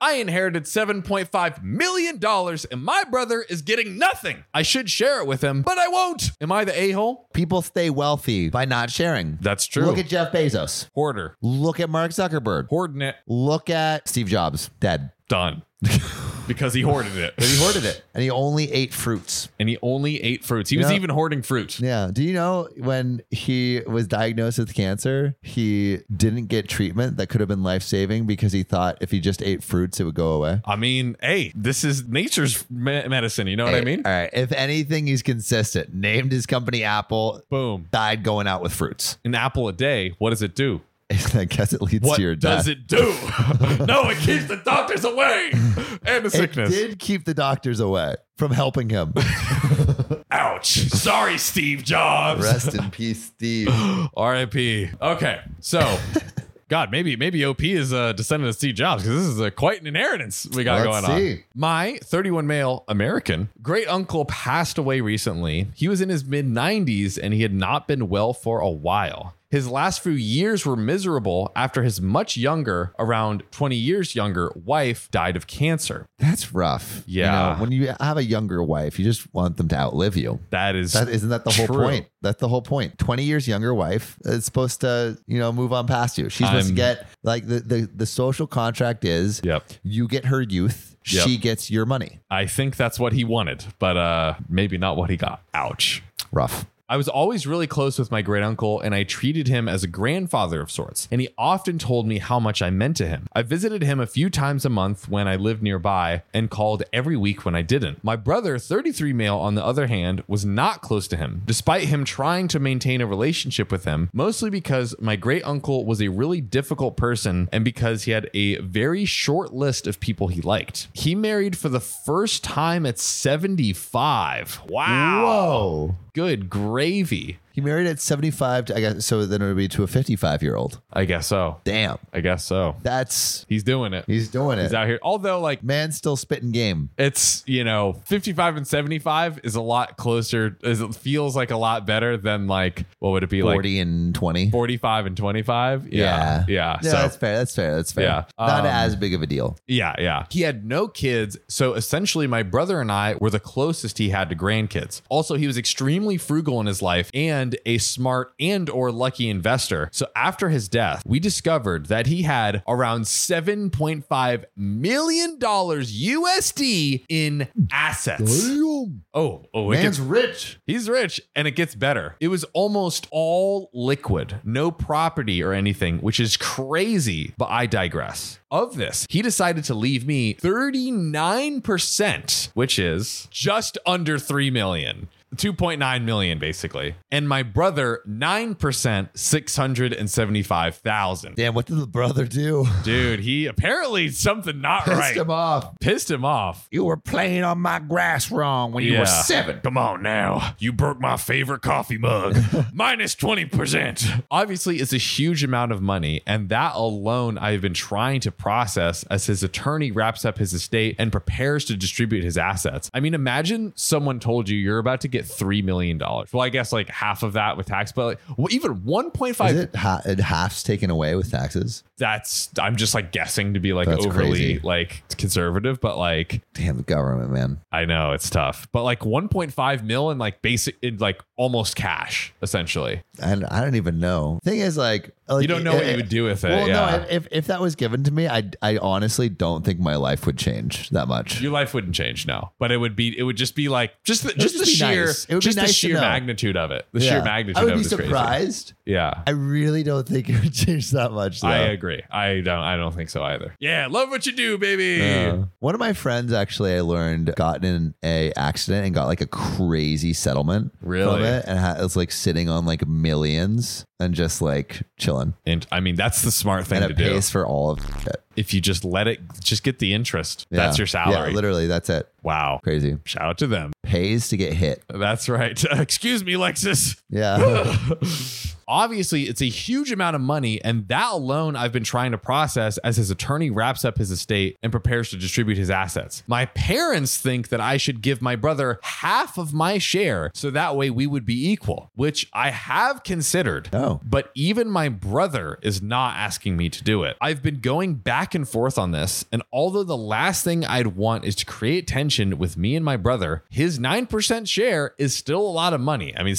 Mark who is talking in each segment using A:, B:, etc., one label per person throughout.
A: I inherited $7.5 million and my brother is getting nothing. I should share it with him, but I won't. Am I the a hole?
B: People stay wealthy by not sharing.
A: That's true.
B: Look at Jeff Bezos.
A: Hoarder.
B: Look at Mark Zuckerberg.
A: Hoarding it.
B: Look at Steve Jobs, dead.
A: Done. because he hoarded it.
B: But he hoarded it and he only ate fruits.
A: And he only ate fruits. He was
B: Yeah.
A: even hoarding fruit.
B: Yeah. Do you know when he was diagnosed with cancer, he didn't get treatment that could have been life saving because he thought if he just ate fruits, it would go away?
A: I mean, hey, this is nature's me- medicine. You know what I mean?
B: All right. If anything, he's consistent. Named his company Apple,
A: Boom.
B: died going out with fruits.
A: An apple a day. What does it do?
B: I guess it leads
A: What
B: to your death.
A: does it do? no, it keeps the doctors away and the sickness.
B: It did keep the doctors away from helping him.
A: Ouch. Sorry, Steve Jobs.
B: Rest in peace, Steve.
A: R.I.P. Okay, so. God, maybe maybe OP is a descendant of Steve Jobs because this is a, quite an inheritance we got
B: Let's
A: going on.
B: see.
A: My 31 male American great uncle passed away recently. He was in his mid 90s and he had not been well for a while. His last few years were miserable after his much younger, around 20 years younger, wife died of cancer.
B: That's rough. You
A: Yeah.
B: know, when you have a younger wife, you just want them to outlive you.
A: That is
B: That isn't that the whole
A: True.
B: point? That's the whole point. Twenty years younger wife is supposed to, you know, move on past you. She's supposed
A: I'm-
B: to get like the, the the social contract is
A: Yep.
B: you get her youth,
A: Yep.
B: she gets your money.
A: I think that's what he wanted, but uh maybe not what he got. Ouch.
B: Rough.
A: I was always really close with my great uncle, and I treated him as a grandfather of sorts, and he often told me how much I meant to him. I visited him a few times a month when I lived nearby and called every week when I didn't. My brother, 33 male, on the other hand, was not close to him, despite him trying to maintain a relationship with him, mostly because my great uncle was a really difficult person and because he had a very short list of people he liked. He married for the first time at 75. Wow.
B: Whoa.
A: Good gravy.
B: He married at seventy five. I guess so. Then it would be to a fifty five year old.
A: I guess so.
B: Damn.
A: I guess so.
B: That's
A: He's doing it.
B: he's doing it.
A: He's out here. Although, like,
B: Man's still spitting game.
A: it's, you know, 55 and 75 is a lot closer, is, it feels like a lot better than, like, what would it be like?
B: Forty and twenty.
A: 45 and 25? Yeah.
B: Yeah.
A: Yeah.
B: Yeah,
A: so,
B: that's fair. That's fair. That's fair.
A: Yeah.
B: Not
A: Um,
B: as big of a deal.
A: yeah. Yeah. He had no kids. So essentially, my brother and I were the closest he had to grandkids. Also, he was extremely frugal in his life and a smart and or lucky investor. So after his death, we discovered that he had around 7.5 million dollars USD in assets. Oh, oh, it gets,
B: rich.
A: he's rich and it gets better. It was almost all liquid, no property or anything, which is crazy, but I digress. Of this, he decided to leave me 39%, which is just under 3 million. 2.9 million basically. And my brother 9% 675,000.
B: Damn, what did the brother do?
A: Dude, he apparently something not
B: Pissed
A: right.
B: him off.
A: Pissed him off.
B: You were playing on my grass wrong when
A: Yeah.
B: seven.
A: Come on now. You broke my favorite coffee mug. Minus 20%. Obviously, it's a huge amount of money, and that alone I have been trying to process as his attorney wraps up his estate and prepares to distribute his assets. I mean, imagine someone told you you're about to get $3 million. Well, I guess like half of that with tax, but like, well, even 1.5.
B: Is it ha- it half's taken away with taxes?
A: That's, I'm just like guessing to be like
B: That's
A: overly
B: crazy.
A: like conservative, but like
B: Damn the government, man.
A: I know it's tough, but like 1.5 mil in like basic, in like almost cash, essentially.
B: And I don't even know. Thing is, like, like eh,
A: You don't know what you would do with it.
B: Well,
A: yeah.
B: no. If, if that was given to me, I I honestly don't think my life would change that much.
A: your life wouldn't change now, but it would be, it would just be like, just the, just,
B: just
A: the
B: be
A: sheer,
B: nice. It would be
A: just the
B: nice to
A: sheer
B: know.
A: magnitude of it. The
B: Yeah.
A: sheer magnitude
B: I would
A: of
B: be
A: it is crazy.
B: surprised.
A: Yeah.
B: I really don't think it would change that much. Though.
A: I agree. I don't, I don't think so either. Yeah. Love what you do, baby.
B: Yeah. One of my friends actually, I learned, got in a accident and got like a crazy settlement.
A: Really?
B: From it and ha- was like sitting on like millions and just like chilling.
A: And I mean, that's the smart thing
B: And
A: to
B: it
A: do.
B: pays for all of it.
A: If you just let it, just get the interest.
B: Yeah.
A: That's your salary.
B: Yeah, literally, that's it.
A: wow.
B: Crazy.
A: Shout out to them.
B: Pays to get hit.
A: That's right. Excuse me, Lexus.
B: Yeah.
A: Obviously, it's a huge amount of money, and that alone I've been trying to process as his attorney wraps up his estate and prepares to distribute his assets. My parents think that I should give my brother half of my share so that way we would be equal, which I have considered.
B: Oh.
A: But even my brother is not asking me to do it. I've been going back and forth on this, and although the last thing I'd want is to create tension with me and my brother, his 9% share is still a lot of money. I mean,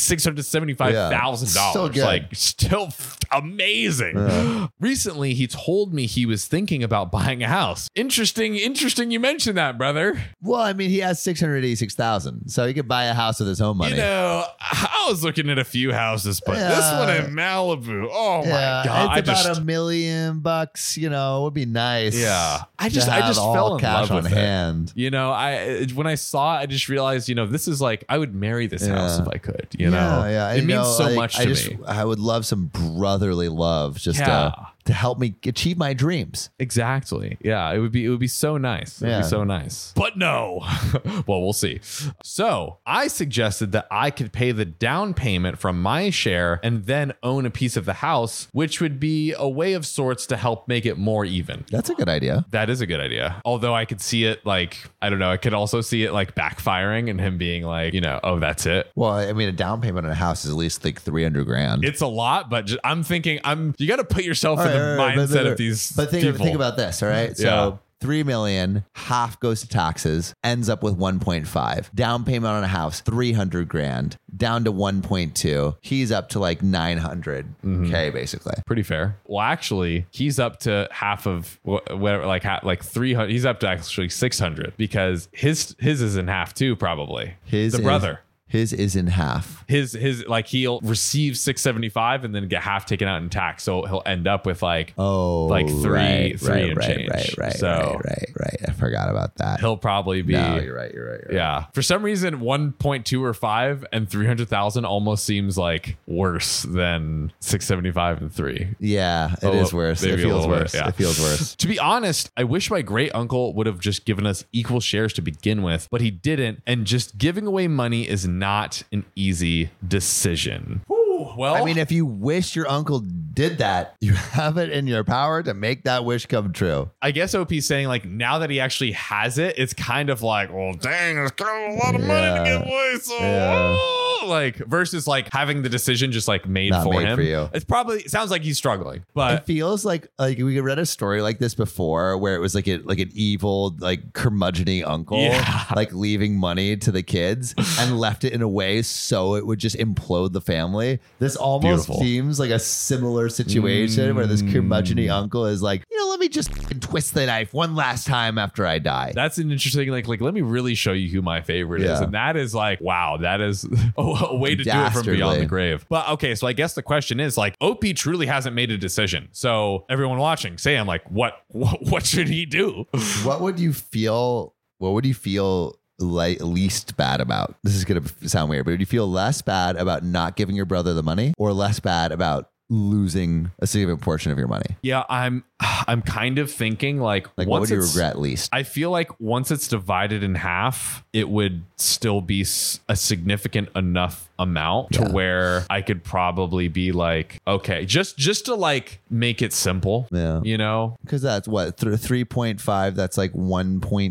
A: $675,000.
B: Still good.
A: Like, still f- amazing. Recently, he told me he was thinking about buying a house. Interesting, interesting you mentioned that, brother.
B: Well, I mean, he has six hundred eighty-six thousand, so he could buy a house with his own money.
A: You know, I was looking at a few houses, but this
B: Yeah.
A: one in Malibu. Oh
B: yeah,
A: my god!
B: it's
A: I
B: about
A: just,
B: a million bucks. You know, it would be nice.
A: yeah, I
B: to
A: just, I
B: have
A: just
B: all
A: fell in
B: cash
A: love
B: on
A: with it.
B: hand.
A: You know, I it- when I saw, it, I just realized, you know, this is like I would marry this house
B: Yeah.
A: if I could. You
B: yeah,
A: know,
B: yeah.
A: it
B: you
A: means
B: know,
A: so
B: like,
A: much
B: I
A: to
B: just,
A: me.
B: I would love some brotherly love, just
A: Yeah.
B: uh, to help me achieve my dreams.
A: Exactly. Yeah, it would be it would be so nice. It would
B: Yeah.
A: be so nice. But no. well, we'll see. So, I suggested that I could pay the down payment from my share and then own a piece of the house, which would be a way of sorts to help make it more even.
B: That's a good idea.
A: That is a good idea. Although I could see it like, I don't know, I could also see it like backfiring and him being like, you know, oh, that's it.
B: Well, I mean, a down payment on a house is at least like three hundred grand.
A: It's a lot, but ju- I'm thinking I'm you got to put yourself
B: All
A: in the
B: right, all right,
A: mindset
B: but- but-
A: of these
B: But think,
A: people.
B: think about this, all right? So
A: Yeah.
B: three million, half goes to taxes, ends up with one point five. Down payment on a house, three hundred grand, down to one point two. He's up to like nine
A: Mm-hmm.
B: k basically.
A: pretty fair. Well, actually, he's up to half of wh- whatever, like ha- like three hundred. He's up to actually six hundred because his his is in half too, probably.
B: His
A: the
B: is-
A: brother.
B: his is in half.
A: His his like he'll receive six seventy five and then get half taken out in tax, so he'll end up with like
B: Oh,
A: Like three-
B: right,
A: three
B: right,
A: and
B: right,
A: change.
B: Right, right,
A: So-
B: right, right, right. I forgot about that.
A: he'll probably be
B: no, you're right. You're right. You're right.
A: yeah. For some reason, one point two or five and three hundred thousand almost seems like worse than six seventy five and three.
B: Yeah, it is
A: A little-
B: worse. It
A: maybe a
B: feels
A: little bit,
B: worse.
A: yeah.
B: It feels worse.
A: To be honest, I wish my great uncle would have just given us equal shares to begin with, but he didn't. And just giving away money is not an easy decision. well,
B: I mean, if you wish your uncle did that, you have it in your power to make that wish come true.
A: I guess OP's saying, like, now that he actually has it, it's kind of like, well, dang, it's kind of a lot of money to
B: Yeah.
A: give away. So,
B: Yeah.
A: oh, like, versus like having the decision just like made
B: Not
A: for
B: made
A: him.
B: for you.
A: It's probably, it sounds like he's struggling, but
B: it feels like like we read a story like this before where it was like a, like an evil like curmudgeony uncle
A: Yeah.
B: like leaving money to the kids and left it in a way so it would just implode the family this almost
A: Beautiful.
B: seems like a similar situation where this
A: Mm.
B: curmudgeony uncle is like you know let me just f***ing twist the knife one last time after i die
A: That's an interesting like like let me really show you who my favorite is.
B: Yeah.
A: And that is like wow, that is a, a way to do it from
B: Dastardly.
A: beyond the grave. But okay, so I guess the question is like OP truly hasn't made a decision. So everyone watching, Sam, like what what, what should he do?
B: what would you feel what would you feel like least bad about this is going to sound weird but would you feel less bad about not giving your brother the money or less bad about losing a significant portion of your money
A: yeah, I'm I'm kind of thinking like,
B: like what
A: once
B: would you
A: it's-
B: regret least
A: I feel like once it's divided in half, it would still be s- a significant enough amount to
B: Yeah.
A: where I could probably be like, okay, just just to like make it simple.
B: yeah
A: You know,
B: because that's what th- 3.5 that's like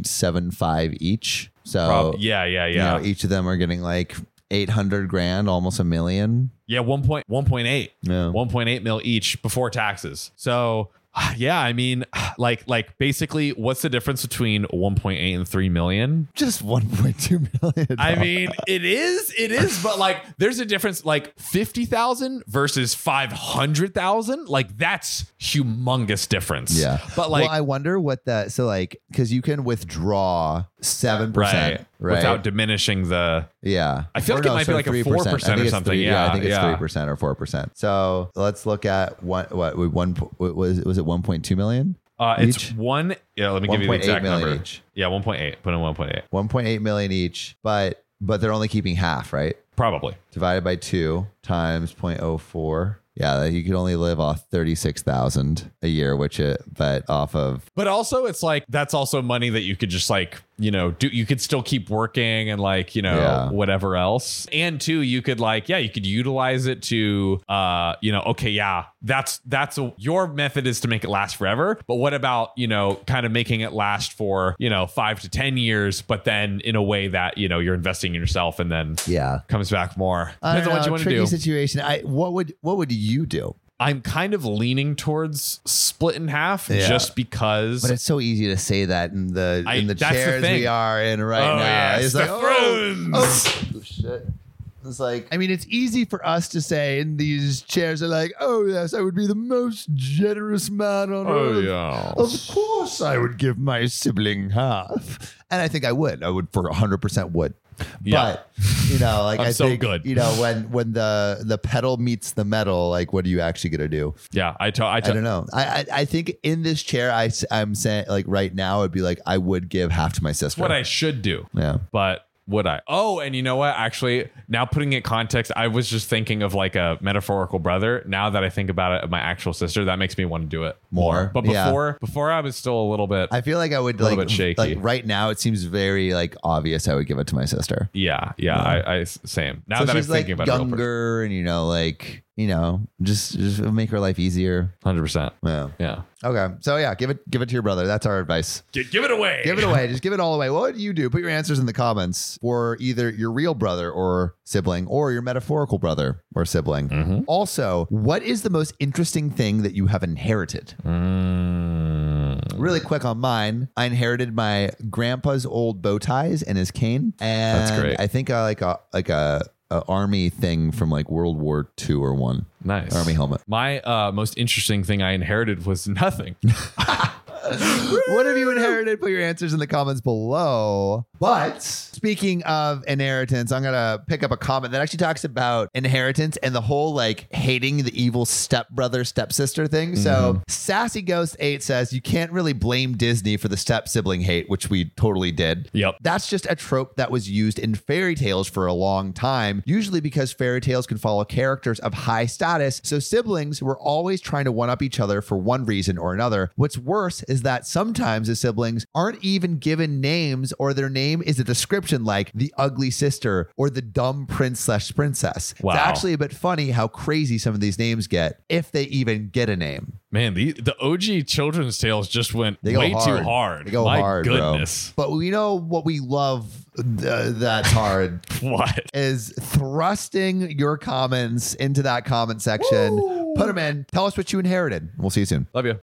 B: 1.75 each so
A: Prob- yeah, yeah,
B: you know,
A: yeah.
B: each of them are getting like 800 grand almost a million
A: yeah, 1.1.8.
B: no
A: 1.8 mil each before taxes. So yeah, I mean, like, like basically, what's the difference between 1.8 and 3 million?
B: just 1.2 million
A: I mean, it is, it is, but like, there's a difference, like 50,000 versus 500,000. Like, that's humongous difference.
B: Yeah.
A: But like,
B: well, I wonder what that. So, like, because you can withdraw seven
A: right,
B: percent, right?
A: Without diminishing the,
B: yeah,
A: I feel like it might be like a
B: 3%.
A: 4%
B: I think
A: or
B: it's
A: something.
B: three-
A: Yeah,
B: I think it's
A: yeah.
B: three percent or four percent. So let's look at one. What we- one po- what was was it one point two million?
A: uh, it's
B: Each?
A: one, yeah, let me give you the
B: 1.8
A: exact
B: million
A: number.
B: each.
A: Yeah, 1.8, put in 1.8,
B: One point eight million each, but but they're only keeping half, right?
A: probably.
B: Divided by two times 0.04. Yeah, like, you could only live off thirty six thousand a year, which it but off of
A: But also, it's like that's also money that you could just like you know, do you could still keep working and like, you know,
B: Yeah.
A: whatever else. And two, you could like, yeah, you could utilize it to uh, you know, okay, yeah, that's that's a, your method is to make it last forever. But what about, you know, kind of making it last for, you know, five to ten years, but then in a way that, you know, you're investing in yourself and then
B: Yeah.
A: comes back more.
B: I
A: Depends
B: don't
A: on what
B: know,
A: you want to
B: tricky
A: do.
B: situation. I what would what would you do?
A: I'm kind of leaning towards split in half
B: Yeah.
A: just because
B: But it's so easy to say that in the
A: I-
B: in the
A: that's the
B: chairs
A: thing.
B: we are in right
A: Oh,
B: now.
A: yeah, it's the
B: oh,
A: thrones.
B: oh, oh, shit. It's like I mean, it's easy for us to say in these chairs are like, oh yes, I would be the most generous man on
A: Oh
B: earth.
A: yeah.
B: Of course, I would give my sibling half, and I think I would. I would for hundred percent would.
A: Yeah.
B: But you know, like
A: I'm
B: I
A: so
B: think,
A: good.
B: You know, when when the the pedal meets the metal, like what are you actually gonna do?
A: Yeah, I to- I to-
B: I don't know. I I, I think in this chair, I am saying like right now, I'd be like I would give half to my sister.
A: what I should do.
B: yeah.
A: But would I? Oh, and you know what? Actually, now putting it in context, I was just thinking of like a metaphorical brother. Now that I think about it, of my actual sister, that makes me want to do it
B: More.
A: But
B: Yeah.
A: before, before I was still a little bit.
B: I feel like I would
A: little
B: like
A: bit shaky.
B: like right now. It seems very like obvious. I would give it to my sister.
A: yeah, yeah, I, I same. Now
B: so
A: that I'm
B: she's like
A: thinking about it,
B: younger, and you know, like you know, just just make her life easier.
A: hundred percent.
B: Yeah.
A: Yeah,
B: Okay. So yeah, give it give it to your brother. That's our advice.
A: G- give it away.
B: Give it away. Just give it all away. What would you do? Put your answers in the comments for either your real brother or sibling or your metaphorical brother or sibling.
A: Mm-hmm.
B: Also, what is the most interesting thing that you have inherited?
A: Mm.
B: Really quick on mine, I inherited my grandpa's old bow ties and his cane. And
A: That's great.
B: I think uh, like a like a, a army thing from like World War II or one.
A: Nice
B: Army helmet.
A: My uh, most interesting thing I inherited was nothing.
B: what have you inherited? Put your answers in the comments below. But speaking of inheritance, I'm gonna pick up a comment that actually talks about inheritance and the whole like hating the evil stepbrother, stepsister thing. So Sassy Ghost 8 says you can't really blame Disney for the step sibling hate, which we totally did.
A: Yep.
B: That's just a trope that was used in fairy tales for a long time, usually because fairy tales can follow characters of high status. So siblings were always trying to one up each other for one reason or another. What's worse is that sometimes the siblings aren't even given names or their name is a description like the ugly sister or the dumb prince slash princess.
A: Wow.
B: It's actually a bit funny how crazy some of these names get, if they even get a name.
A: Man, the the OG children's tales just went
B: They go
A: way
B: hard.
A: too hard.
B: They go
A: My
B: hard, bro.
A: goodness.
B: But we know what we love uh, that's hard.
A: What?
B: is thrusting your comments into that comment section. Put 'em Put them in. Tell us what you inherited. We'll see you soon.
A: Love you.